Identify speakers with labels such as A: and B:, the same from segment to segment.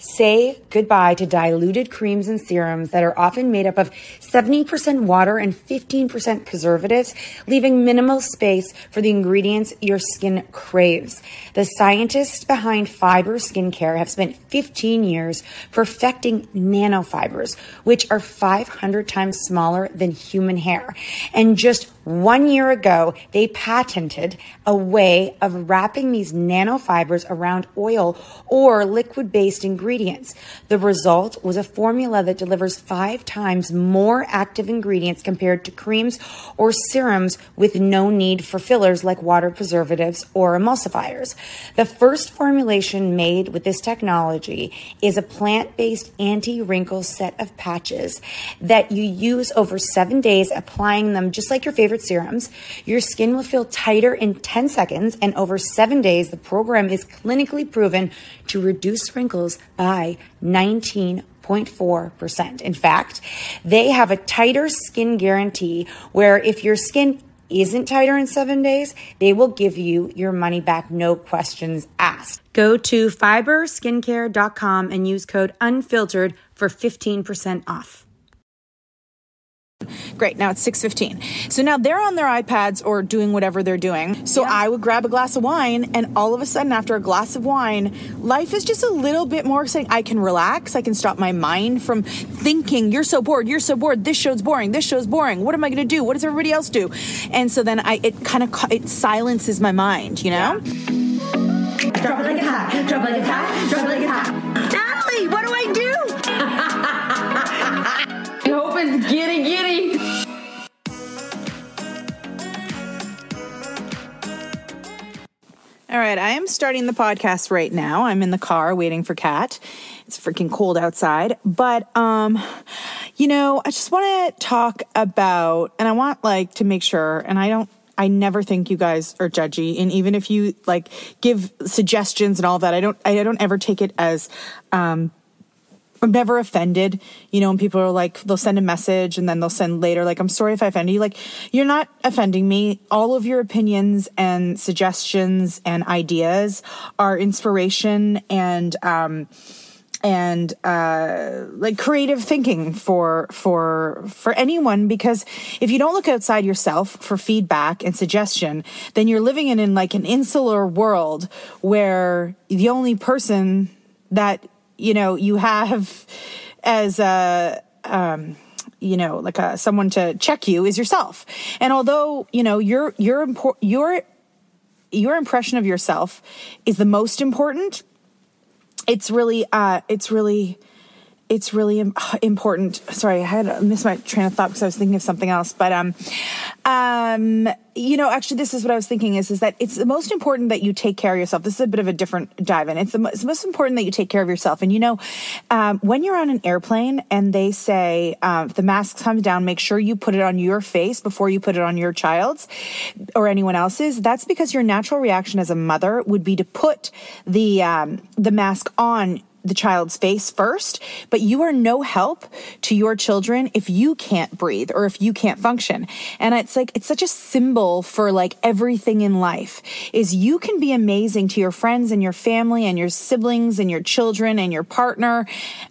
A: Say goodbye to diluted creams and serums that are often made up of 70% water and 15% preservatives, leaving minimal space for the ingredients your skin craves. The scientists behind fiber skincare have spent 15 years perfecting nanofibers, which are 500 times smaller than human hair. And just one year ago, they patented a way of wrapping these nanofibers around oil or liquid based ingredients. The result was a formula that delivers five times more active ingredients compared to creams or serums with no need for fillers like water preservatives or emulsifiers. The first formulation made with this technology is a plant based anti wrinkle set of patches that you use over seven days, applying them just like your favorite serums. Your skin will feel tighter in 10 seconds, and over seven days, the program is clinically proven to reduce wrinkles by 19. 0.4%. In fact, they have a tighter skin guarantee where if your skin isn't tighter in seven days, they will give you your money back, no questions asked. Go to fiberskincare.com and use code unfiltered for 15% off.
B: Great. Now it's 6:15. So now they're on their iPads or doing whatever they're doing. So I would grab a glass of wine and all of a sudden after a glass of wine, life is just a little bit more exciting. I can relax. I can stop my mind from thinking, you're so bored, you're so bored. This show's boring. This show's boring. What am I going to do? What does everybody else do? And so then I it kind of it silences my mind, you know?
C: Drop it like it's hot. Drop it like it's hot. Drop it like it's hot. Natalie, what do I do? I hope it's giddy giddy.
B: All right, I am starting the podcast right now. I'm in the car waiting for Kat. It's freaking cold outside, but um you know, I just want to talk about and I want like to make sure and I don't I never think you guys are judgy and even if you like give suggestions and all that, I don't I don't ever take it as um I'm never offended, you know, when people are like, they'll send a message and then they'll send later, like, I'm sorry if I offended you. Like, you're not offending me. All of your opinions and suggestions and ideas are inspiration and, um, and uh, like creative thinking for for for anyone because if you don't look outside yourself for feedback and suggestion then you're living in, in like an insular world where the only person that you know you have as a um you know like a someone to check you is yourself and although you know your your impor- your your impression of yourself is the most important it's really uh it's really it's really im- important. Sorry, I had uh, missed my train of thought because I was thinking of something else. But um, um, you know, actually, this is what I was thinking is is that it's the most important that you take care of yourself. This is a bit of a different dive in. It's the, mo- it's the most important that you take care of yourself. And you know, um, when you're on an airplane and they say um, if the mask comes down, make sure you put it on your face before you put it on your child's or anyone else's. That's because your natural reaction as a mother would be to put the um, the mask on the child's face first, but you are no help to your children if you can't breathe or if you can't function. And it's like, it's such a symbol for like everything in life is you can be amazing to your friends and your family and your siblings and your children and your partner.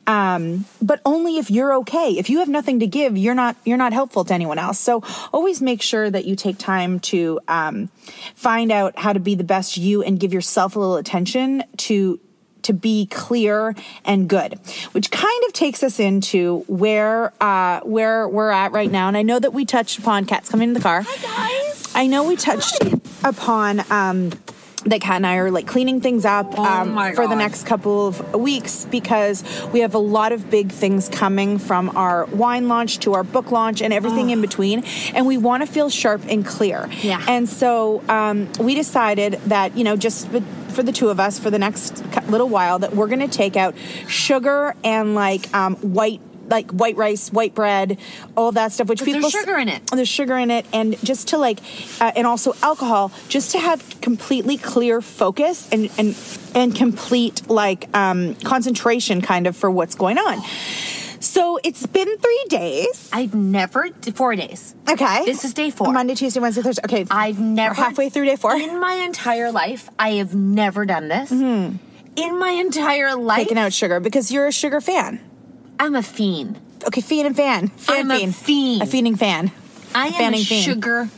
B: Um, but only if you're okay. If you have nothing to give, you're not, you're not helpful to anyone else. So always make sure that you take time to, um, find out how to be the best you and give yourself a little attention to, to be clear and good, which kind of takes us into where uh, where we're at right now. And I know that we touched upon cats coming in the car. Hi guys. I know we touched upon. Um, that Kat and I are like cleaning things up um, for the next couple of weeks because we have a lot of big things coming from our wine launch to our book launch and everything in between, and we want to feel sharp and clear.
D: Yeah.
B: And so um, we decided that you know just with- for the two of us for the next cu- little while that we're going to take out sugar and like um, white. Like white rice, white bread, all that stuff, which
D: But there's
B: people s-
D: sugar in it.
B: there's sugar in it and just to like uh, and also alcohol just to have completely clear focus and and and complete like um concentration kind of for what's going on so it's been three days
D: I've never d- four days.
B: okay
D: This is day four.
B: monday tuesday wednesday thursday okay
D: I've never
B: We're halfway through day four
D: in my entire life. I have never done this. In my entire life,
B: taking Mm-hmm. out sugar because you're a sugar fan
D: I'm a fiend.
B: okay fiend and fan
D: I'm
B: fan
D: a
B: fiend
D: fiend.
B: a fiending fan
D: I am
B: Fanning
D: a
B: fiend.
D: sugar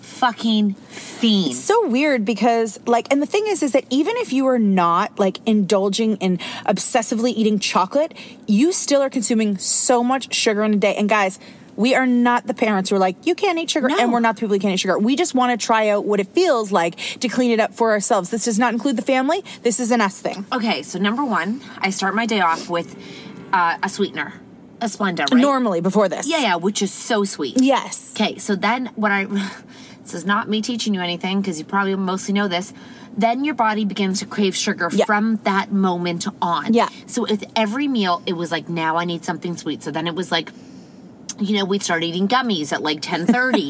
D: fucking fiend.
B: so weird because like and the thing is is that even if you are not like indulging in obsessively eating chocolate you still are consuming so much sugar in a day and guys we are not the parents who are like you can't eat sugar
D: No.
B: and we're not the people who can't eat sugar we just want to try out what it feels like to clean it up for ourselves this does not include the family this is an us thing
D: okay, so number one, I start my day off with uh, a sweetener, a Splenda, right?
B: normally before this
D: Yeah, yeah, which is so sweet.
B: yes
D: Okay, so then what I this is not me teaching you anything because you probably mostly know this. Then your body begins to crave sugar
B: Yeah.
D: from that moment on.
B: Yeah.
D: So with every meal, it was like now I need something sweet. So then it was like, you know, we'd start eating gummies at like ten thirty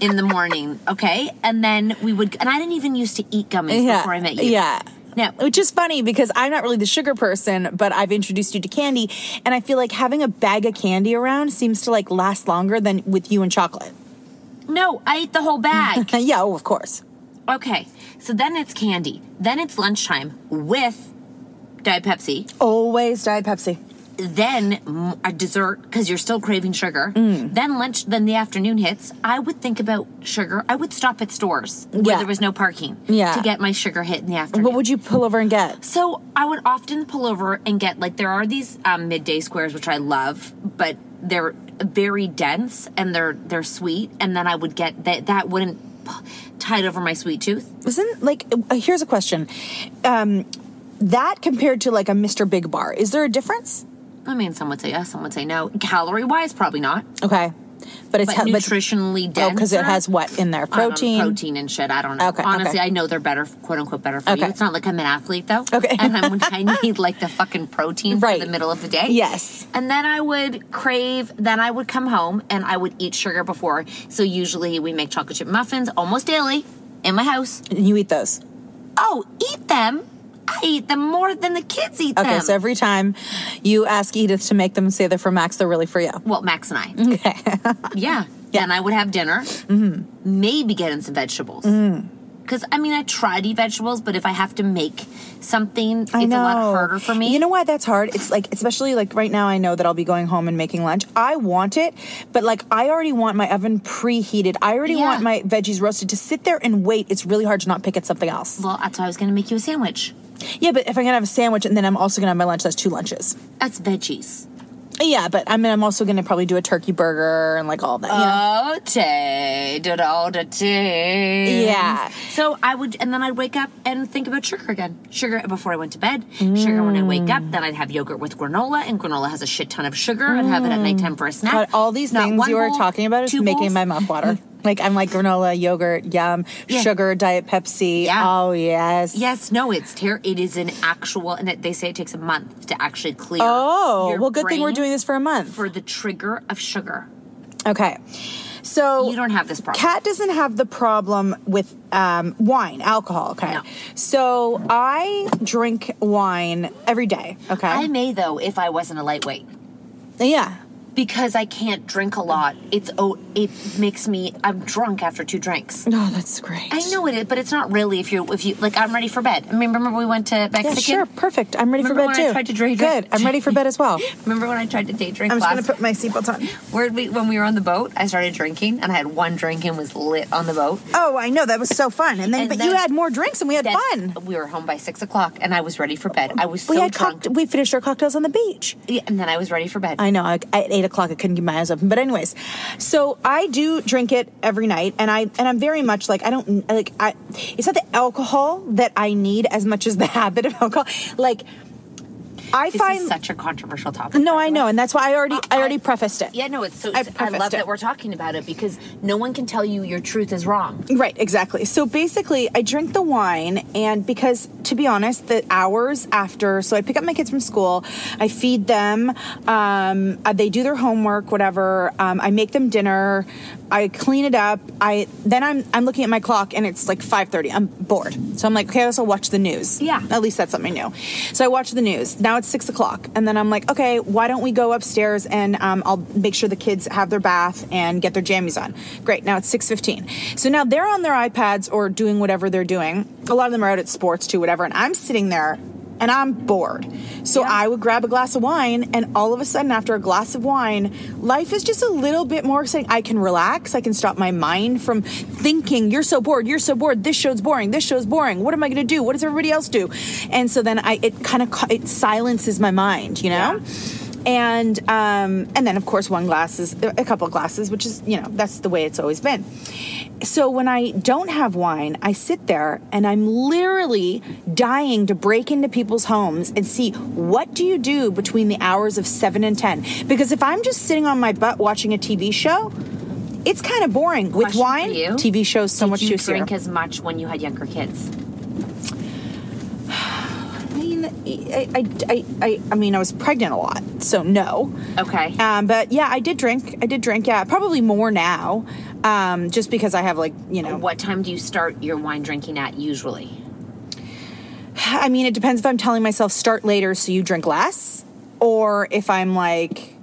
D: in the morning. Okay, and then we would, and I didn't even used to eat gummies
B: yeah
D: before I met you.
B: yeah
D: No.
B: which is funny because I'm not really the sugar person, but I've introduced you to candy, and I feel like having a bag of candy around seems to like last longer than with you and chocolate.
D: No, I ate the whole bag.
B: Uh, yeah, oh, of course.
D: okay, so then it's candy. Then it's lunchtime with Diet Pepsi.
B: Always Diet Pepsi.
D: then mm, a dessert because you're still craving sugar.
B: Mm.
D: Then lunch. Then the afternoon hits. I would think about sugar. I would stop at stores where
B: Yeah.
D: there was no parking
B: Yeah.
D: to get my sugar hit in the afternoon.
B: What would you pull over and get?
D: so I would often pull over and get like there are these um, midday squares which I love, but they're very dense and they're they're sweet. And then I would get that that wouldn't tie it over my sweet tooth.
B: Isn't like uh, here's a question, um, that compared to like a Mr. Big Bar, is there a difference?
D: I mean, some would say yes, some would say no. Calorie wise, probably not.
B: Okay, but it's
D: But
B: he-
D: nutritionally
B: oh, because it
D: denser?
B: has what in there?
D: I don't know,
B: Protein.
D: protein and shit. I don't know.
B: Okay,
D: Honestly,
B: okay.
D: I know they're better, quote unquote, better for you.
B: Okay.
D: It's not like I'm an athlete though.
B: Okay.
D: and I'm, I need like the fucking protein
B: Right.
D: for the middle of the day.
B: Yes.
D: And then I would crave. Then I would come home and I would eat sugar before. So usually we make chocolate chip muffins almost daily in my house.
B: And you eat those.
D: Oh, eat them. I eat them more than the kids eat
B: Okay,
D: them.
B: so every time you ask Edith to make them say they're for Max, they're really for you.
D: well, Max and I. Okay. yeah. Then I would have dinner.
B: Mm-hmm.
D: Maybe get in some vegetables. Because I mean, I try to eat vegetables, but if I have to make something, it's a lot harder for me.
B: You know why that's hard? It's like especially like right now I know that I'll be going home and making lunch. I want it, but like I already want my oven preheated. I already
D: Yeah.
B: want my veggies roasted. To sit there and wait, it's really hard to not pick at something else.
D: Well, that's why I was going to make you a sandwich.
B: Yeah, but if I'm gonna have a sandwich and then I'm also gonna have my lunch, that's two lunches.
D: That's veggies.
B: Yeah, but I mean, I'm also going to probably do a turkey burger and like all that. yeah.
D: Oh, tea, did all the tea.
B: Yeah.
D: So I would, and then I'd wake up and think about sugar again. Sugar before I went to bed, sugar when I wake up, then I'd have yogurt with granola, and granola has a shit ton of sugar. I'd have it at nighttime for a snack.
B: Mm. But all these
D: Not
B: things
D: one
B: you were
D: bowl,
B: talking about is
D: two
B: making
D: bowls.
B: my mouth water. like I'm like granola, yogurt, yum, sugar, diet Pepsi.
D: Yeah.
B: Oh yes.
D: Yes, no, it's ter- It is an actual, and it, they say it takes a month to actually clear.
B: Oh,
D: your
B: well good thing we're
D: brain
B: doing this for a month.
D: for the trigger of sugar.
B: okay. So
D: You don't have this problem.
B: Kat doesn't have the problem with um, wine, alcohol, okay?
D: No.
B: So I drink wine every day, okay?
D: I may though if I wasn't a lightweight.
B: yeah.
D: because I can't drink a lot. It's oh, it makes me I'm drunk after two drinks.
B: No, Oh, that's great.
D: I know it is, but it's not really. If you if you like, I'm ready for bed. I mean, remember we went to Mexican.
B: Yeah, sure, perfect. I'm ready
D: Remember
B: for bed
D: when I
B: too.
D: tried to drink-
B: Good. I'm ready for bed as well.
D: Remember when I tried to date drink
B: I'm just
D: last?
B: gonna put my seatbelt on.
D: where we when we were on the boat, I started drinking and I had one drink and was lit on the boat.
B: Oh, I know that was so fun. And then,
D: And
B: but
D: then-
B: you had more drinks and we had
D: Then
B: fun.
D: We were home by six o'clock and I was ready for bed. I was so
B: we had
D: drunk,
B: cocktail. We finished our cocktails on the beach.
D: Yeah, and then I was ready for bed.
B: I know. I, at eight o'clock, I couldn't keep my eyes open. But anyways, so I do drink it every night, and I and I'm very much like I don't like I. It's not the alcohol that I need as much as the habit of alcohol. Like I
D: this
B: find
D: is such a controversial topic.
B: no, I know, and that's why I already I,
D: I-
B: already prefaced it.
D: Yeah, no, it's so.
B: I
D: I,
B: prefaced
D: love
B: it.
D: that we're talking about it because no one can tell you your truth is wrong.
B: Right, exactly. So basically, I drink the wine, and because to be honest, the hours after, so I pick up my kids from school, I feed them, um, uh, they do their homework, whatever. Um, I make them dinner, I clean it up. I then I'm I'm looking at my clock, and it's like five thirty. I'm bored, so I'm like, okay, I guess I'll watch the news.
D: Yeah.
B: at least that's something new. So I watch the news. Now it's six o'clock, and then I'm like, okay, why don't we go upstairs and um, I'll make sure the kids have their bath and get their jammies on. Great. Now it's six fifteen. So now they're on their iPads or doing whatever they're doing. A lot of them are out at sports too, whatever. And I'm sitting there. And I'm bored. So I would grab a glass of wine, and all of a sudden, after a glass of wine, life is just a little bit more exciting. I can relax. I can stop my mind from thinking, you're so bored, you're so bored, this show's boring, this show's boring. What am I going to do? What does everybody else do? And so then I it kind of it silences my mind, you know? And um and then of course one glass is a couple of glasses, which is, you know, that's the way it's always been. So when I don't have wine, I sit there and I'm literally dying to break into people's homes and see what do you do between the hours of 7 and 10? Because if I'm just sitting on my butt watching a TV show, it's kind of boring. With
D: Question for
B: wine,
D: you.
B: TV shows so
D: Did
B: much
D: you
B: juicier.
D: drink as much when you had younger kids?
B: I mean, I, I, I, I, I mean, I was pregnant a lot, so no.
D: Okay.
B: Um, but yeah, I did drink. I did drink. Yeah, probably more now, um, just because I have like you know.
D: What time do you start your wine drinking at usually?
B: I mean, it depends if I'm telling myself start later so you drink less, or if I'm like,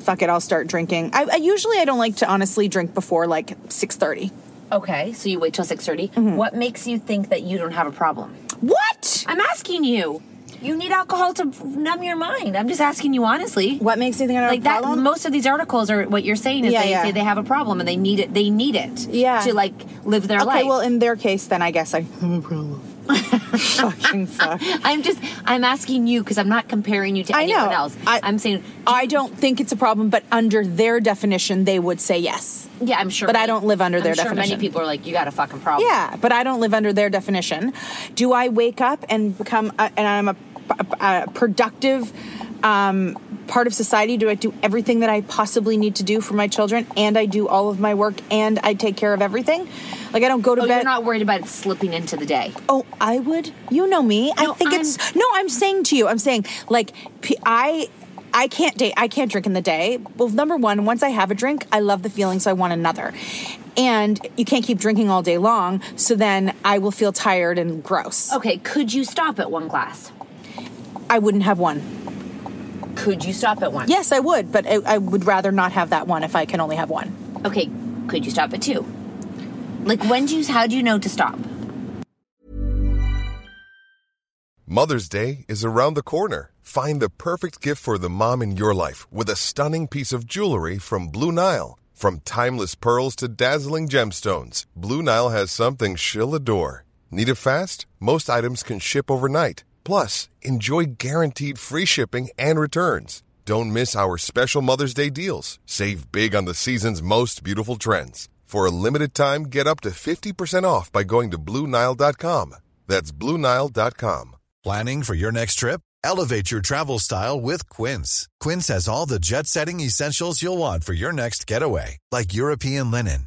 B: fuck it, I'll start drinking. I, I usually I don't like to honestly drink before like six thirty.
D: Okay, so you wait till 6:30. What makes you think that you don't have a problem?
B: What?
D: I'm asking you. You need alcohol to numb your mind. I'm just asking you honestly.
B: What makes you think I don't
D: like
B: have a
D: that
B: problem?
D: most of these articles are what you're saying is
B: Yeah,
D: they
B: yeah.
D: say they have a problem and they need it they need it
B: Yeah.
D: to like live their
B: okay,
D: life.
B: well, in their case, then I guess I have a problem. Fucking fuck.
D: I'm just I'm asking you cuz I'm not comparing you to
B: I
D: anyone
B: know.
D: else.
B: I-
D: am saying
B: I don't think it's a problem, but under their definition, they would say yes.
D: yeah, I'm sure
B: But I
D: many-
B: don't live under
D: I'm
B: their
D: sure
B: definition.
D: Many people are like you got a fucking problem.
B: Yeah, but I don't live under their definition. Do I wake up and become, a, and I'm a, a productive um, part of society? Do I do everything that I possibly need to do for my children, and I do all of my work, and I take care of everything? Like I don't go to
D: Oh,
B: bed.
D: you're not worried about it slipping into the day.
B: Oh, I would. You know me. I
D: No,
B: think it's no. I'm saying to you. I'm saying like p- I. I can't date. I can't drink in the day. Well, number one, once I have a drink, I love the feeling, so I want another. And you can't keep drinking all day long, so then I will feel tired and gross.
D: Okay, could you stop at one glass?
B: I wouldn't have one.
D: Could you stop at one?
B: Yes, I would, but I, I would rather not have that one if I can only have one.
D: Okay, could you stop at two? Like, when do you, how do you know to stop?
E: Mother's Day is around the corner. Find the perfect gift for the mom in your life with a stunning piece of jewelry from Blue Nile. From timeless pearls to dazzling gemstones, Blue Nile has something she'll adore. Need it fast? Most items can ship overnight. Plus, enjoy guaranteed free shipping and returns. Don't miss our special Mother's Day deals. Save big on the season's most beautiful trends. For a limited time, get up to 50% off by going to BlueNile.com. That's BlueNile.com.
F: Planning for your next trip? Elevate your travel style with Quince. Quince has all the jet setting essentials you'll want for your next getaway, like European linen,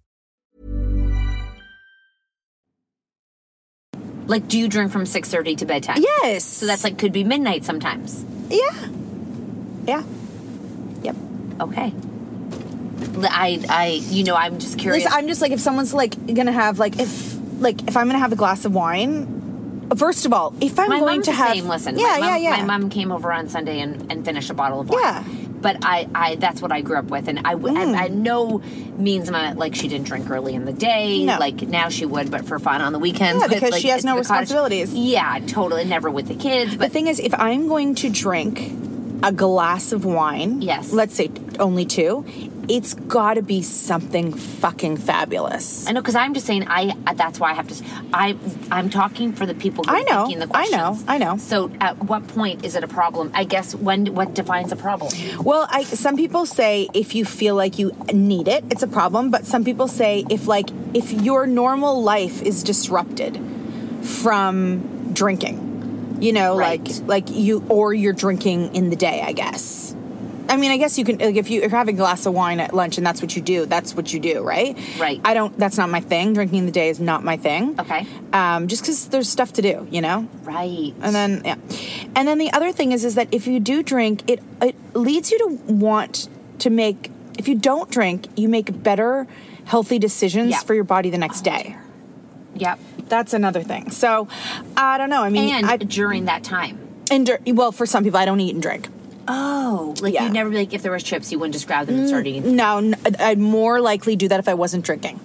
D: Like, do you drink from six thirty to bedtime?
B: Yes.
D: So that's like could be midnight sometimes.
B: yeah, yeah, yep.
D: Okay. I I you know I'm just curious.
B: Lisa, I'm just like if someone's like gonna have like if like if I'm gonna have a glass of wine. First of all, if I'm
D: my
B: going
D: mom's
B: to
D: the
B: have
D: same. Listen,
B: yeah,
D: my mom,
B: yeah, yeah,
D: My mom came over on Sunday and, and finished a bottle of wine.
B: Yeah. Mm.
D: But I, I, that's what I grew up with, and I, w- I- I know means my like she didn't drink early in the day.
B: No.
D: Like now she would, but for fun on the weekends.
B: Yeah,
D: but,
B: because
D: like,
B: she has
D: it's
B: no
D: the cottage-
B: responsibilities.
D: Yeah, totally. Never with the kids,
B: The
D: but
B: thing is, if I'm going to drink a glass of wine,
D: Yes.
B: let's say only two, it's got to be something fucking fabulous.
D: I know because I'm just saying I. uh, That's why I have to. s- I I'm talking for the people. Who
B: I know,
D: Are thinking the
B: I know,
D: questions.
B: I know.
D: So at what point is it a problem? I guess when what defines a problem?
B: Well, I, some people say if you feel like you need it, it's a problem. But some people say if like if your normal life is disrupted from drinking, you know,
D: Right.
B: like like you or you're drinking in the day, I guess. I mean, I guess you can like if you- if you're having a glass of wine at lunch and that's what you do, that's what you do, right?
D: Right.
B: I don't. That's not my thing. Drinking in the day is not my thing.
D: Okay.
B: Um, just because there's stuff to do, you know.
D: Right.
B: And then yeah. And then the other thing is is that if you do drink, it it leads you to want to make if you don't drink, you make better healthy decisions
D: Yeah. Oh,
B: for your body the next day.
D: Yep.
B: That's another thing. So, I don't know. I mean,
D: And
B: I,
D: during that time.
B: and dur- well, for some people, I don't eat and drink.
D: Oh, like
B: Yeah.
D: you'd never be like if there was chips, you wouldn't just grab them and start eating.
B: No, n- I'd more likely do that if I wasn't drinking.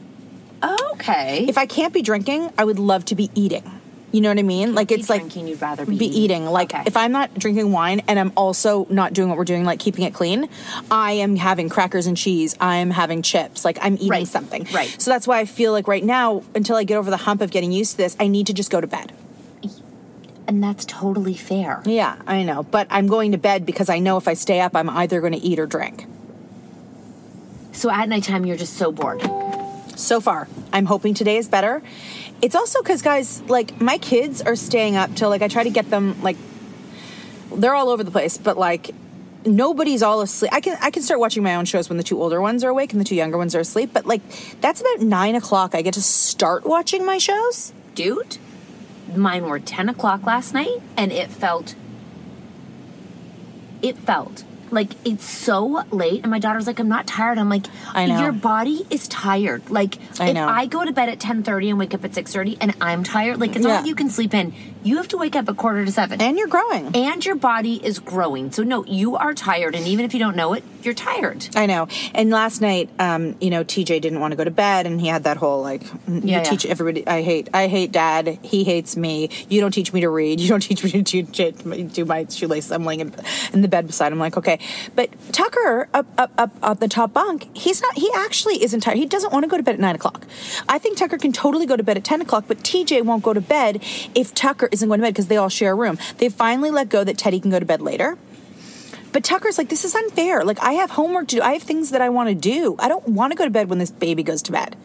D: Okay.
B: If I can't be drinking, I would love to be eating. You know what I mean? Like
D: Be
B: it's like
D: drinking, you'd rather be
B: be
D: eating.
B: eating. Like
D: Okay.
B: if I'm not drinking wine and I'm also not doing what we're doing, like keeping it clean, I am having crackers and cheese. I am having chips. Like I'm eating
D: Right.
B: something.
D: Right.
B: So that's why I feel like right now, until I get over the hump of getting used to this, I need to just go to bed.
D: and that's totally fair.
B: Yeah, I know. But I'm going to bed because I know if I stay up, I'm either going to eat or drink.
D: So at nighttime, you're just so bored.
B: So far, I'm hoping today is better. It's also because, guys, like my kids are staying up till like I try to get them like they're all over the place, but like nobody's all asleep. I can I can start watching my own shows when the two older ones are awake and the two younger ones are asleep, but like that's about nine o'clock. I get to start watching my shows.
D: Dude, mine were 10 o'clock last night, and it felt. It felt like it's so late, and my daughter's like, "I'm not tired." I'm like,
B: I know.
D: Your body is tired. Like,
B: I
D: if
B: know.
D: I go to bed at 10:30 and wake up at 6:30, and I'm tired, like it's not
B: Yeah.
D: like you can sleep in. You have to wake up at quarter to seven.
B: And you're growing.
D: and your body is growing. So no, you are tired, and even if you don't know it, you're tired.
B: I know. And last night, um, you know, TJ didn't want to go to bed, and he had that whole like, you
D: Yeah, yeah.
B: teach everybody. I hate. I hate Dad. He hates me. You don't teach me to read. You don't teach me to do, do- do my shoelace. I'm laying in, in the bed beside him, like okay. But Tucker up up up on the top bunk. He's not. He actually isn't tired. He doesn't want to go to bed at nine o'clock. I think Tucker can totally go to bed at ten o'clock, but TJ won't go to bed if Tucker isn't going to bed because they all share a room. They finally let go that Teddy can go to bed later. But Tucker's like, this is unfair. Like, I have homework to do. I have things that I want to do. I don't want to go to bed when this baby goes to bed.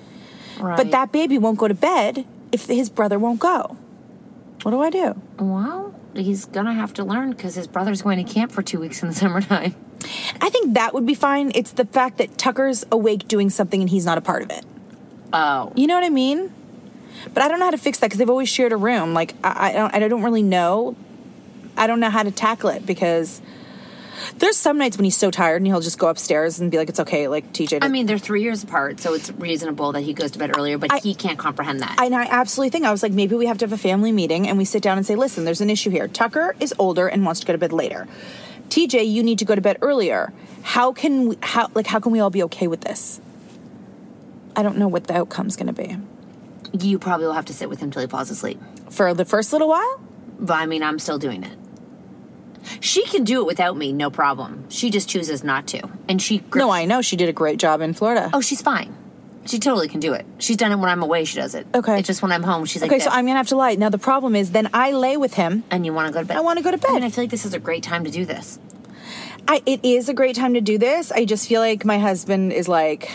D: Right.
B: But that baby won't go to bed if his brother won't go. What do I do?
D: well, he's gonna have to learn because his brother's going to camp for two weeks in the summertime.
B: I think that would be fine. It's the fact that Tucker's awake doing something and he's not a part of it.
D: Oh,
B: You know what I mean? But I don't know how to fix that because they've always shared a room. Like I, I don't, I don't really know. I don't know how to tackle it because there's some nights when he's so tired and he'll just go upstairs and be like, "It's okay." Like TJ.
D: I mean, they're three years apart, so it's reasonable that he goes to bed earlier, but
B: I-
D: he can't comprehend that.
B: I- and I absolutely think I was like, maybe we have to have a family meeting and we sit down and say, listen, there's an issue here. Tucker is older and wants to go to bed later. TJ, you need to go to bed earlier. How can we, how like how can we all be okay with this? I don't know what the outcome's going to be
D: you probably will have to sit with him till he falls asleep.
B: for the first little while.
D: But I mean, I'm still doing it. She can do it without me, no problem. She just chooses not to. And she.
B: No, I know she did a great job in Florida.
D: Oh, she's fine. She totally can do it. She's done it when I'm away, she does it.
B: Okay.
D: Oh, It's just when I'm home, she's like,
B: okay, so
D: this.
B: I'm going to have to lie. Now the problem is, then I lay with him.
D: And you want to go to bed?
B: I wanna go to
D: I mean,
B: bed.
D: I feel like this is a great time to do this.
B: I, it is a great time to do this. I just feel like my husband is like,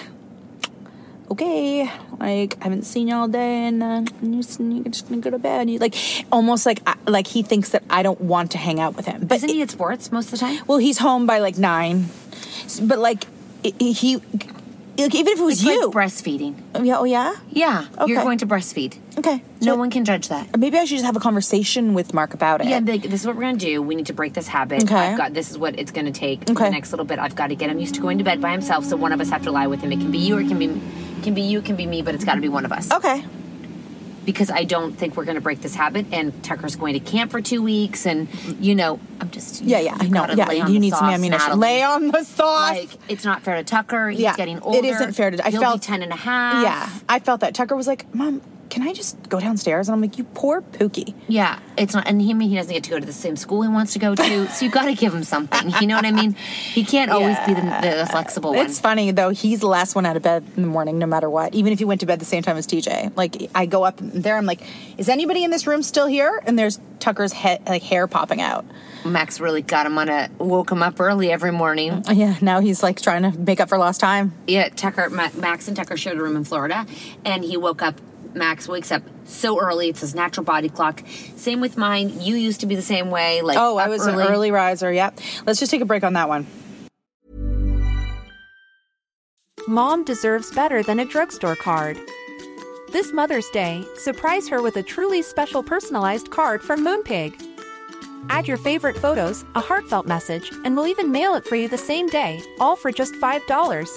B: okay, like I haven't seen you all day, and uh, you're just, you're just gonna go to bed. You, like almost like I, like he thinks that I don't want to hang out with him. But
D: Isn't he at sports most of the time?
B: well, he's home by like nine, S- but like i- i- he, like even if it was
D: It's
B: you,
D: like breastfeeding.
B: yeah, oh yeah,
D: Yeah. You're
B: Okay.
D: going to breastfeed.
B: okay,
D: No
B: So
D: one can judge that.
B: Maybe I should just have a conversation with Mark about it.
D: Yeah, and be like, this is what we're gonna do. We need to break this habit.
B: Okay.
D: I've got this is what it's gonna take for
B: Okay.
D: the next little bit. I've got to get him used to going to bed by himself. So one of us have to lie with him. It can be you, or it can be can be you, it can be me, but it's got to be one of us.
B: Okay.
D: Because I don't think we're gonna break this habit. And Tucker's going to camp for two weeks, and you know, I'm just
B: Yeah, yeah,
D: you
B: I know.
D: gotta
B: Yeah,
D: lay on
B: you
D: the
B: need some
D: sauce,
B: ammunition.
D: Natalie.
B: Lay on the sauce.
D: Like it's not fair to Tucker. He's
B: Yeah,
D: getting older.
B: it isn't fair to- I
D: He'll
B: felt-
D: be ten and a half.
B: Yeah, I felt that. Tucker was like, Mom, can I just go downstairs? And I'm like, You poor Pookie.
D: Yeah, it's not, and he I mean, he doesn't get to go to the same school he wants to go to, so you got to give him something. You know what I mean? He can't always be the, the, the flexible one.
B: It's funny, though, he's the last one out of bed in the morning, no matter what, even if you went to bed the same time as TJ. Like, I go up there, I'm like, Is anybody in this room still here? And there's Tucker's he- like hair popping out.
D: Max really got him on a woke him up early every morning.
B: Yeah, now he's like trying to make up for lost time.
D: Yeah, Tucker, Ma- Max and Tucker shared a room in Florida, and he woke up. Max wakes up so early; it's his natural body clock. Same with mine. You used to be the same way. Like
B: Oh, I
D: up
B: was an early riser. Yep. Let's just take a break on that one.
G: Mom deserves better than a drugstore card. This Mother's Day, surprise her with a truly special personalized card from Moonpig. Add your favorite photos, a heartfelt message, and we'll even mail it for you the same day, all for just $5.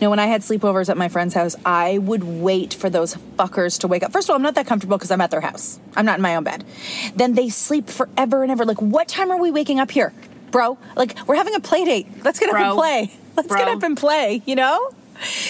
B: Now, when I had sleepovers at my friend's house, I would wait for those fuckers to wake up. First of all, I'm not that comfortable because I'm at their house. I'm not in my own bed. Then they sleep forever and ever. Like, what time are we waking up here, bro? Like, we're having a play date. Let's get up and
D: Bro.
B: play. Let's get
D: Bro.
B: up and play. You know.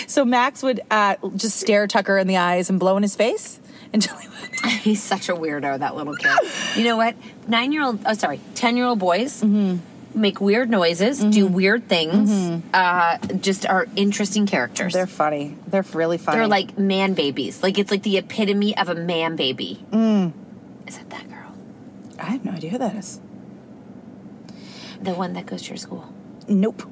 B: So Max would uh, just stare Tucker in the eyes and blow in his face until he would.
D: He's such a weirdo, that little kid. You know what? Nine year old, oh, sorry, 10 year old boys
B: Mm-hmm.
D: make weird noises, do weird things, uh, just are interesting characters.
B: They're
D: They're,
B: funny. They're really funny.
D: like man babies. Like, it's like the epitome of a man baby.
B: Mm.
D: Is it that girl?
B: I have no idea who that is.
D: The one that goes to your school?
B: Nope.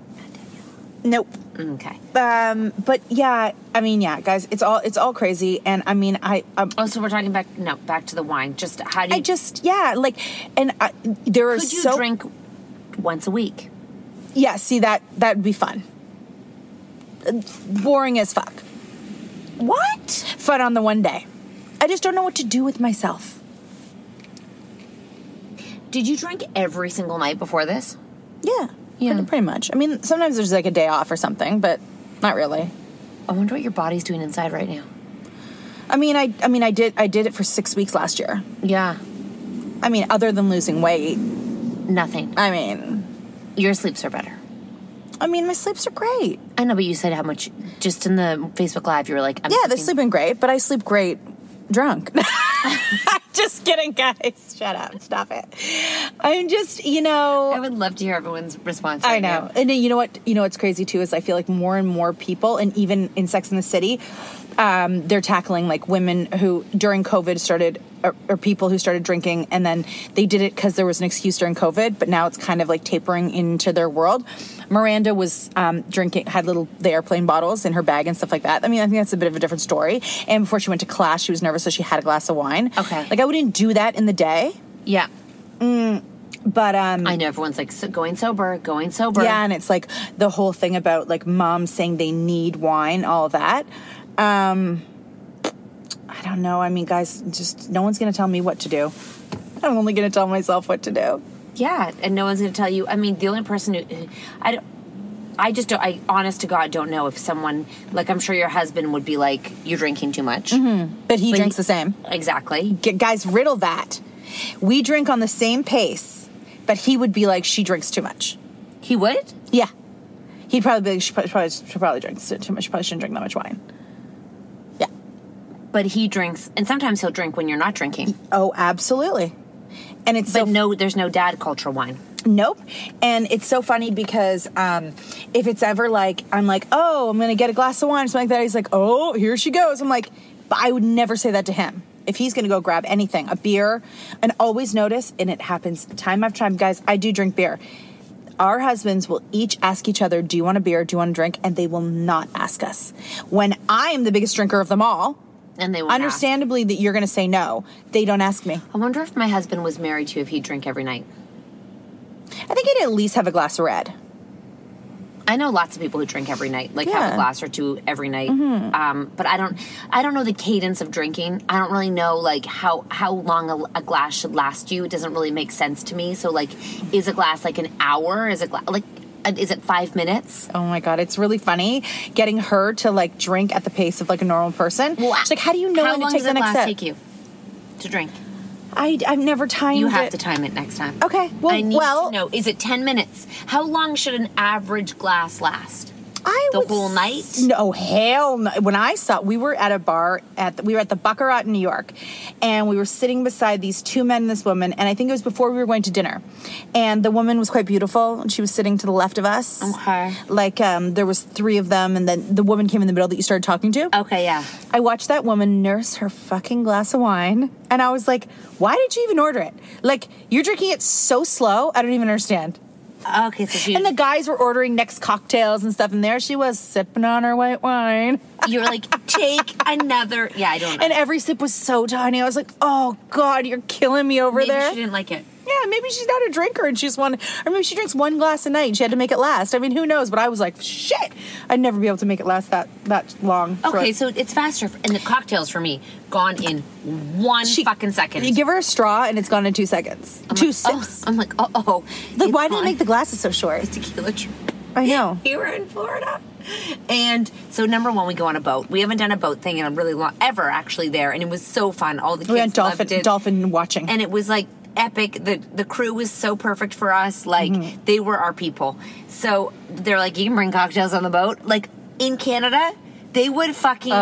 B: Nope.
D: Okay.
B: Um, but yeah, I mean, yeah, guys, it's all it's all crazy, and I mean, I um,
D: Oh, so we're talking back, no, back to the wine. Just how do you,
B: I just yeah, like, and I, there are
D: could you
B: so
D: drink once a week?
B: Yeah, see that that'd be fun. Uh, Boring as fuck. What? Fun on the one day. I just don't know what to do with myself.
D: Did you drink every single night before this?
B: Yeah. Yeah. Pretty, pretty much. I mean, sometimes there's like a day off or something, but not really.
D: I wonder what your body's doing inside right now.
B: I mean, I I mean, I did I did it for 6 weeks last year.
D: Yeah.
B: I mean, other than losing weight,
D: nothing.
B: I mean,
D: your sleeps are better.
B: I mean, my sleeps are great.
D: I know, but you said how much just in the Facebook Live you were like, I'm
B: yeah, they're
D: sleeping-
B: sleeping great, but I sleep great drunk. just kidding, guys. Shut up. Stop it. I'm just, you know.
D: I would love to hear everyone's response.
B: I
D: right
B: know.
D: now.
B: And then you know what? You know what's crazy too is I feel like more and more people, and even in Sex in the City, um, they're tackling like women who during COVID started, or, or people who started drinking, and then they did it because there was an excuse during COVID. But now it's kind of like tapering into their world. Miranda was um, drinking, had little the airplane bottles in her bag and stuff like that. I mean, I think that's a bit of a different story. And before she went to class, she was nervous, so she had a glass of wine.
D: Okay.
B: Like I wouldn't do that in the day,
D: Yeah.
B: but um,
D: I know everyone's like so going sober, going sober.
B: Yeah, and it's like the whole thing about like moms saying they need wine, all of that. Um, I don't know. I mean, guys, just no one's going to tell me what to do. I'm only going to tell myself what to do.
D: Yeah, and no one's going to tell you. I mean, the only person who, I don't, I just don't. I honest to God don't know if someone like I'm sure your husband would be like, you're drinking too much.
B: But he
D: Like-
B: drinks the same.
D: Exactly.
B: G- guys, riddle that. We drink on the same pace, but he would be like, she drinks too much.
D: He would.
B: Yeah. He'd probably be like, she prob- probably, she probably drinks too much. She probably shouldn't drink that much wine. Yeah.
D: but he drinks, and sometimes he'll drink when you're not drinking.
B: Oh, absolutely. And it's so
D: But no, there's no dad culture wine.
B: Nope. And it's so funny because um, if it's ever like, I'm like, oh, I'm going to get a glass of wine or something like that, he's like, oh, here she goes. I'm like, but I would never say that to him. If he's going to go grab anything, a beer, and always notice, and it happens time after time, guys, I do drink beer. Our husbands will each ask each other, do you want a beer? Do you want a drink? And they will not ask us. When I am the biggest drinker of them all,
D: And they won't ask.
B: understandably that you're going to say no. They don't ask me.
D: I wonder if my husband was married to you if he'd drink every night.
B: I think I'd at least have a glass of red.
D: I know lots of people who drink every night, like have
B: Yeah. Mm-hmm.
D: a glass or two every night. Um, but I don't, I don't know the cadence of drinking. I don't really know like how how long a, a glass should last you. It doesn't really make sense to me. So like, is a glass like an hour? Is a glass like? uh, Is it five minutes?
B: Oh my god, it's really funny getting her to like drink at the pace of like a normal person. She's like, how do you know
D: how
B: when to
D: long
B: take
D: does
B: the
D: a
B: next
D: glass
B: sip?
D: take you to drink?
B: I I've never timed.
D: You have
B: it.
D: to time it next time.
B: Okay, well-
D: I need
B: well-
D: to know. Is it ten minutes? How long should an average glass last?
B: I
D: the
B: would
D: whole
B: s-
D: night?
B: No, hell no. When I saw, we were at a bar at the, we were at the Baccarat in New York, and we were sitting beside these two men and this woman, and I think it was before we were going to dinner, and the woman was quite beautiful, and she was sitting to the left of us.
D: Okay.
B: Like um, there was three of them, and then the woman came in the middle that you started talking to.
D: Okay, yeah.
B: I watched that woman nurse her fucking glass of wine, and I was like, why did you even order it? Like, you're drinking it so slow, I don't even understand.
D: Okay, so she,
B: And the guys were ordering next cocktails and stuff, and there she was sipping on her white wine.
D: you're like take another. Yeah, I don't. know.
B: And every sip was so tiny. I was like, oh God, you're killing me over
D: Maybe
B: there.
D: she didn't like it.
B: yeah, maybe she's not a drinker and she's one, or maybe she drinks one glass a night and she had to make it last. I mean, who knows? But I was like, shit, I'd never be able to make it last that, that long.
D: Okay,
B: so.
D: so it's faster, and the cocktails for me gone in one fucking second.
B: You give her a straw and it's gone in two seconds.
D: I'm
B: two
D: like, oh,
B: sips.
D: I'm like, oh, oh.
B: like,
D: it's
B: why did
D: gone.
B: they make the glasses so short?
D: tequila trip?
B: I know.
D: We were in Florida, and so number one, we go on a boat. We haven't done a boat thing in a really long ever actually there, and it was so fun. All the kids
B: We went dolphin
D: loved it.
B: dolphin watching.
D: and it was like epic. The the crew was so perfect for us. Like
B: Mm-hmm.
D: they were our people. So they're like, you can bring cocktails on the boat. Like in Canada, they would fucking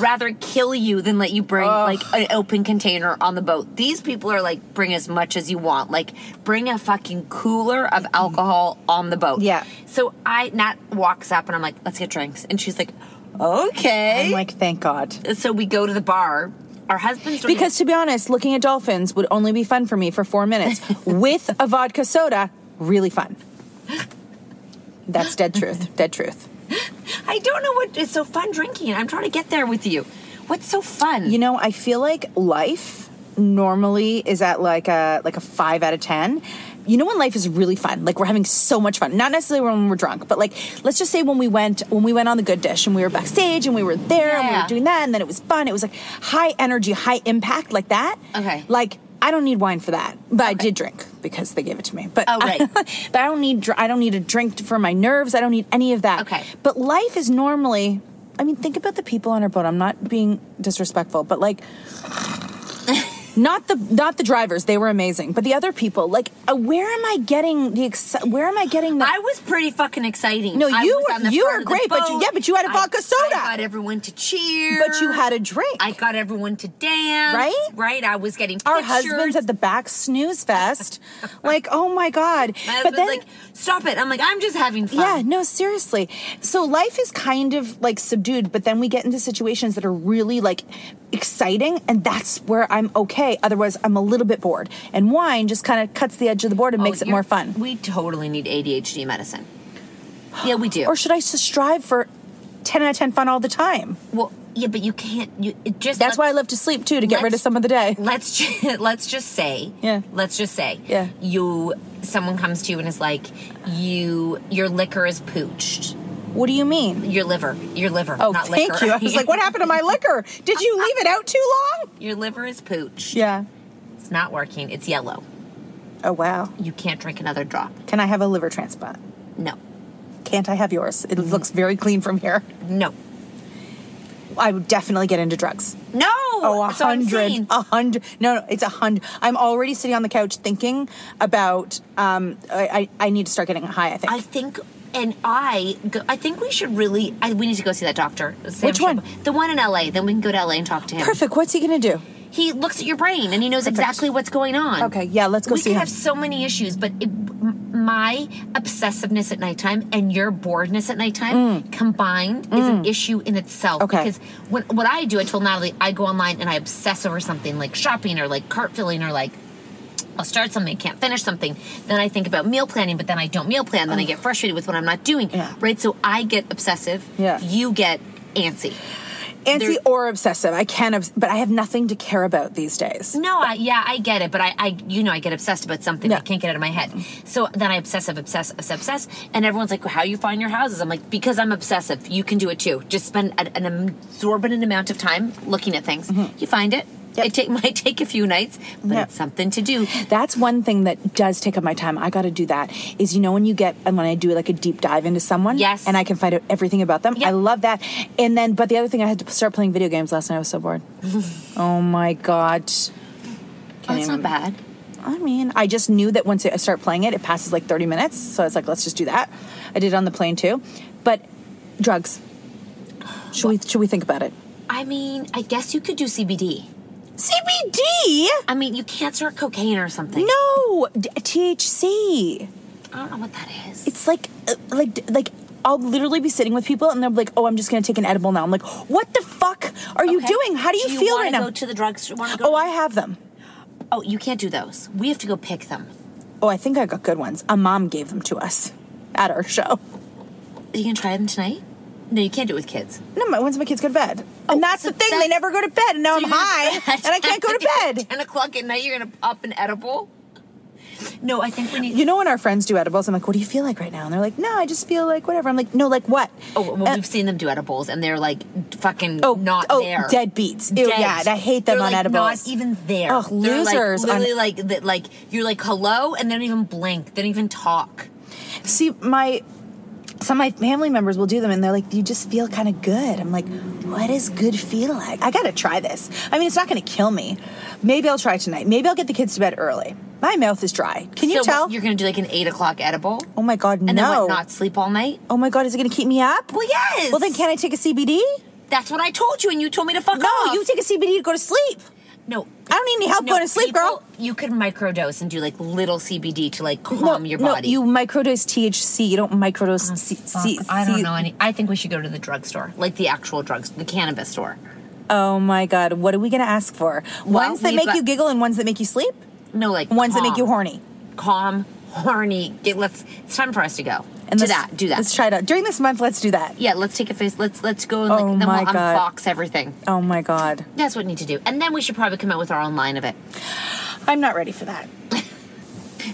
D: rather kill you than let you bring like an open container on the boat. These people are like, bring as much as you want. Like bring a fucking cooler of alcohol on the boat.
B: Mm-hmm. Yeah.
D: So I Nat walks up and I'm like, let's get drinks, and she's like, okay.
B: I'm like, thank God.
D: so we go to the bar. Our husbands don't
B: Because to be honest, looking at dolphins would only be fun for me for four minutes. With a vodka soda, really fun. That's dead truth. Dead truth.
D: I don't know what is so fun drinking. I'm trying to get there with you. What's so fun?
B: You know, I feel like life normally is at like a like a five out of ten. you know when life is really fun like we're having so much fun not necessarily when we're drunk but like let's just say when we went when we went on the good dish and we were backstage and we were there and we
D: Yeah.
B: were doing that and then it was fun it was like high energy high impact like that
D: Okay.
B: like I don't need wine for that, but I did drink because they gave it to me. But
D: Oh, right.
B: but I don't need dr- I don't need a drink for my nerves. I don't need any of that. Okay. But life is normally. I mean, think about the people on our boat. I'm not being disrespectful, but like not the not the drivers they were amazing but the other people like uh, where am i getting the ex- where am i getting the i
D: was pretty fucking exciting
B: no
D: I
B: you
D: was
B: were
D: on the
B: you
D: front
B: were
D: of the
B: great but you,
D: boat.
B: yeah but you had a
D: I-
B: vodka soda
D: I got everyone to cheer.
B: But you had a drink.
D: I got everyone to dance.
B: Right?
D: Right. I was getting
B: our
D: pictures.
B: husbands at the back snooze fest like oh my god
D: My
B: but
D: husband's
B: then
D: like, stop it. I'm like, I'm just having fun.
B: yeah no seriously so life is kind of like subdued but then we get into situations that are really like exciting and that's where i'm okay otherwise i'm a little bit bored and wine just kind of cuts the edge of the board and makes it
D: Oh, you're-
B: more fun
D: we totally need ADHD medicine. Yeah, we do.
B: Or should I just strive for 10 out of 10 fun all the time?
D: Well, yeah, but you can't. You it just
B: That's why I love to sleep too, to get rid of
D: let's-
B: some of the day.
D: Let's just, let's just say.
B: Yeah.
D: Let's just say.
B: Yeah.
D: You someone comes to you and is like, you your liquor is pooched.
B: What do you mean?
D: Your liver. Your liver.
B: Oh,
D: not
B: thank
D: liquor.
B: you. I was like, what happened to my liquor? Did you leave it out too long?
D: Your liver is pooched.
B: Yeah.
D: It's not working. It's yellow.
B: Oh, wow.
D: You can't drink another drop.
B: Can I have a liver transplant?
D: No.
B: Can't I have yours? It looks very clean from here.
D: No.
B: I would definitely get into drugs.
D: No.
B: Oh, a
D: That's what I'm
B: hundred.
D: saying.
B: A hundred. No, no, it's a hundred. I'm already sitting on the couch thinking about, um, I, I, I need to start getting high, I think.
D: I think, and I, go, I think we should really. I, we need to go see that doctor. Sam
B: Which one?
D: Shepard. The one in LA. Then we can go to LA and talk to him.
B: Perfect. What's he going to do?
D: He looks at your brain and he knows exactly what's going on.
B: Okay, yeah, let's go
D: we
B: see
D: could
B: him.
D: have so many issues, but it, m- my obsessiveness at nighttime and your boredness at nighttime combined is an issue in itself.
B: Mm. Okay.
D: Because when, what I do, I told Natalie, I go online and I obsess over something like shopping or like cart filling or like. I'll start something, can't finish something. Then I think about meal planning, but then I don't meal plan.
B: Mm.
D: Then I get frustrated with what I'm not doing. Right? So I get obsessive.
B: Yeah.
D: You get antsy.
B: Antsy or obsessive. I can, obs- but I have nothing to care about these days.
D: No, I, yeah, I get it, but I, I, you know, I get obsessed about something. I can't get it out of my head. So then I obsessive, obsess, obsess, obsess, and everyone's like, "How you find your houses?" I'm like, "Because I'm obsessive. You can do it too. Just spend an, an exorbitant amount of time looking at things. You find it. It take might take a few nights, but
B: Mm-hmm. Yeah.
D: it's something to do.
B: That's one thing that does take up my time. I got to do that. Is you know when you get and when I do like a deep dive into someone,
D: Yes.
B: and I can find out everything about them. I love that. And then, but the other thing, I had to start playing video games last night. I was so bored. oh my god. Can't
D: That's not
B: even-
D: bad.
B: I mean, I just knew that once I start playing it, it passes like 30 minutes. So I was like, let's just do that. I did it on the plane too. But drugs. Should we should we think about it?
D: I mean, I guess you could do CBD.
B: CBD?
D: I mean, you can't start cocaine or something.
B: No, d- THC.
D: I don't know what that is.
B: It's like, uh, like, like. I'll literally be sitting with people, and they're like, "Oh, I'm just gonna take an edible now." I'm like, "What the fuck are you
D: Okay.
B: doing? How do you,
D: do you
B: feel
D: wanna
B: right now?"
D: Go to the drugstore. Wanna Go
B: oh, I have them.
D: Oh, you can't do those. We have to go pick them.
B: Oh, I think I got good ones. A mom gave them to us at our show.
D: Are you gonna try them tonight? No, you can't do it with kids.
B: No, my, when's my kids go to bed? and that's
D: Oh, so
B: the thing. They
D: that's-
B: never go to bed, and now I'm high, and I can't go to bed.
D: Ten o'clock at night, you're gonna pop an edible. No, I think we need.
B: You know when our friends do edibles, I'm like, "What do you feel like right now?" And they're like, "No, I just feel like whatever." I'm like, "No, like what?"
D: Oh, well, we've seen them do edibles, and they're like fucking
B: uh, Oh,
D: not
B: oh,
D: there.
B: dead beats. Ew,
D: Dead.
B: yeah, and I hate them
D: They're,
B: on
D: like, Not
B: edibles.
D: even there.
B: Ugh,
D: They're, like,
B: losers on-
D: literally, like that. Like you're like hello, and they don't even blink. They don't even talk.
B: See, my some of my family members will do them, and they're like, "You just feel kind of good." I'm like, "What does good feel like?" I gotta try this. I mean, it's not gonna kill me. Maybe I'll try tonight. Maybe I'll get the kids to bed early. My mouth is dry. Can you
D: So
B: tell?
D: You're gonna do like an eight o'clock edible,
B: oh my god,
D: and then
B: no!
D: what, not sleep all night.
B: oh my god, is it gonna keep me up?
D: Well, yes.
B: Well, then can I take a CBD?
D: That's what I told you, and you told me to fuck
B: No,
D: off.
B: you take a CBD to go to sleep.
D: No,
B: I don't need any help going to sleep, girl.
D: people- You could microdose and do like little CBD to like calm your body. Oh,
B: No, you microdose THC. You don't microdose C-
D: Fuck,
B: C-
D: I don't
B: C-
D: know any. I think we should go to the drugstore, like the actual drugs, the cannabis store.
B: Oh my god, what are we gonna ask for?
D: Well,
B: ones that
D: we've
B: make
D: got- Ah,
B: you giggle and ones that make you sleep.
D: No, like
B: Ones that make
D: calm.
B: you horny.
D: Calm, horny. Get, let's. It's time for us to go. And to
B: let's-
D: that, do that.
B: Let's try it out during this month. Let's do that.
D: Yeah, let's take a face. Let's let's go and like
B: Oh
D: then
B: my
D: we'll
B: God.
D: unbox everything.
B: Oh my god,
D: That's what we need to do, and then we should probably come out with our own line of it.
B: I'm not ready for that.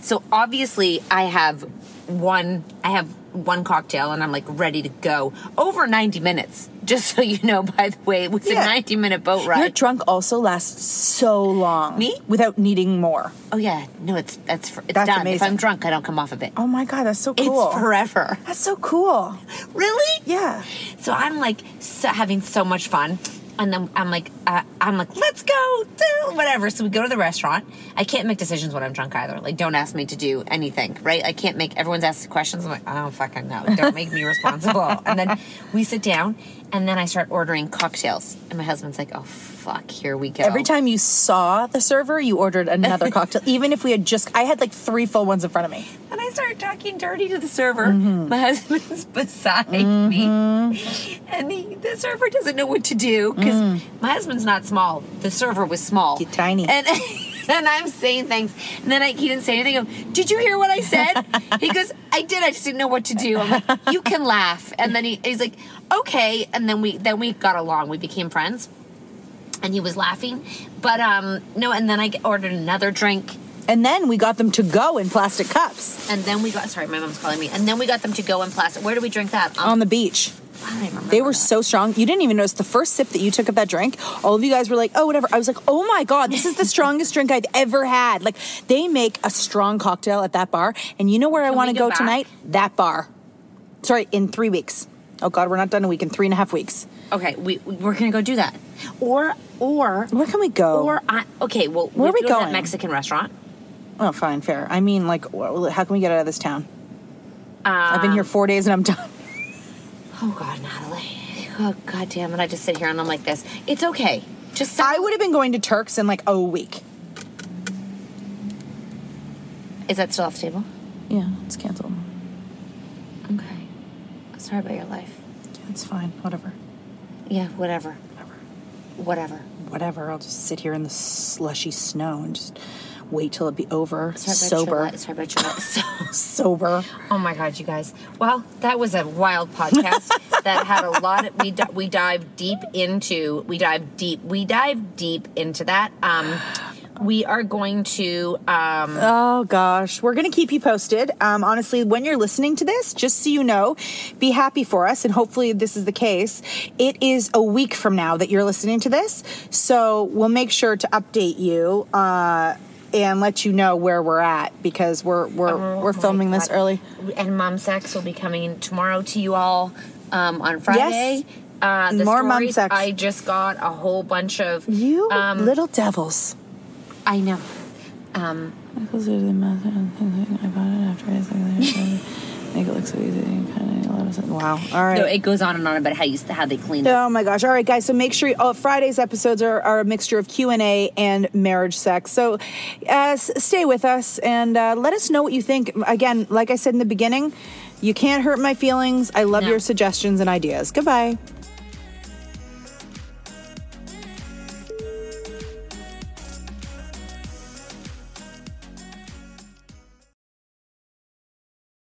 D: So obviously, I have one. I have one cocktail, and I'm like ready to go over 90 minutes. Just so you know, by the way, it was
B: Yeah.
D: a 90 minute boat ride.
B: Your drunk also lasts so long. Me? Without needing more.
D: oh yeah, no, it's that's fr- it's
B: That's
D: done. If
B: amazing.
D: I'm drunk, I don't come off of it.
B: Oh my god, that's so cool.
D: It's forever.
B: That's so cool.
D: Really?
B: Yeah.
D: So I'm like so, having so much fun, and then I'm like, uh, I'm like, let's go do whatever. So we go to the restaurant. I can't make decisions when I'm drunk either. Like, don't ask me to do anything, right? I can't make. Everyone's asking questions. I'm like, I don't fucking know. Don't make me responsible. And then we sit down, and then I start ordering cocktails, and my husband's like, oh fuck, here we go.
B: Every time you saw the server, you ordered another cocktail. Even if we had just, I had like three full ones in front of me.
D: And I start talking dirty to the server. My husband's beside me. And he, the server doesn't know what to do because my husband's not small. The server was small. tiny. And, and I'm saying things. And then I, he didn't say anything. I go, did you hear what I said? he goes, I did. I just didn't know what to do. I'm like, you can laugh. And then he, he's like, okay. And then we, then we got along. We became friends and he was laughing. But um no, and then I ordered another drink.
B: And then we got them to go in plastic cups.
D: And then we got sorry, my mom's calling me. And then we got them to go in plastic. Where do we drink that? Um,
B: on the beach. They were so strong. You didn't even notice the first sip that you took of that drink. All of you guys were like, "Oh, whatever." I was like, "Oh my god, this is the strongest drink I've ever had." Like they make a strong cocktail at that bar, and you know where I
D: Can
B: want to
D: we
B: go
D: go back?
B: tonight? That bar. Sorry, in three weeks. Oh god, we're not done in a week. In three and a half weeks.
D: okay, we we're gonna go do that. Or or
B: where can we go?
D: Or I okay, well
B: Where are
D: we have
B: we
D: to go to
B: going?
D: That Mexican restaurant.
B: Oh, fine, fair. I mean, like, wh- how can we get out of this town?
D: Um,
B: I've been here four days and I'm done.
D: Oh God, Natalie. Oh God damn it! I just sit here and I'm like this. It's okay. Just
B: I would have been going to Turks in like a week.
D: Is that still off the table?
B: Yeah, it's canceled.
D: Okay. Sorry about your life.
B: It's fine. Whatever.
D: Yeah, whatever. Whatever. Whatever.
B: whatever. I'll just sit here in the slushy snow and just wait till it be over.
D: Sorry
B: sober.
D: About your, li- sorry about your life. So-
B: sober.
D: Oh my God, you guys! Well, that was a wild podcast that had a lot. Of, we di- we dive deep into. We dive deep. We dive deep into that. Um, we are going to. Um,
B: Oh gosh, we're gonna keep you posted. Um, honestly, when you're listening to this, just so you know, be happy for us, and hopefully this is the case. It is a week from now that you're listening to this, so we'll make sure to update you uh, and let you know where we're at because we're we're we're filming this
D: Oh God.
B: early.
D: and Mom Sex will be coming tomorrow to you all um, on Friday. Uh, the
B: More Mom
D: stories-
B: Sex.
D: I just got a whole bunch of
B: You
D: um,
B: little devils.
D: I know. Um,
H: Michael's did the math and something. I bought it after I said make it look so easy and kind of a lot of sense.
B: Wow. All right.
D: no, it goes on and on about how you how they clean.
B: Oh my gosh! All right, guys. So make sure you, oh, Friday's episodes are, are a mixture of Q and A and marriage sex. So uh, s- stay with us and uh, let us know what you think. Again, like I said in the beginning, you can't hurt my feelings. I love your suggestions and ideas. Goodbye.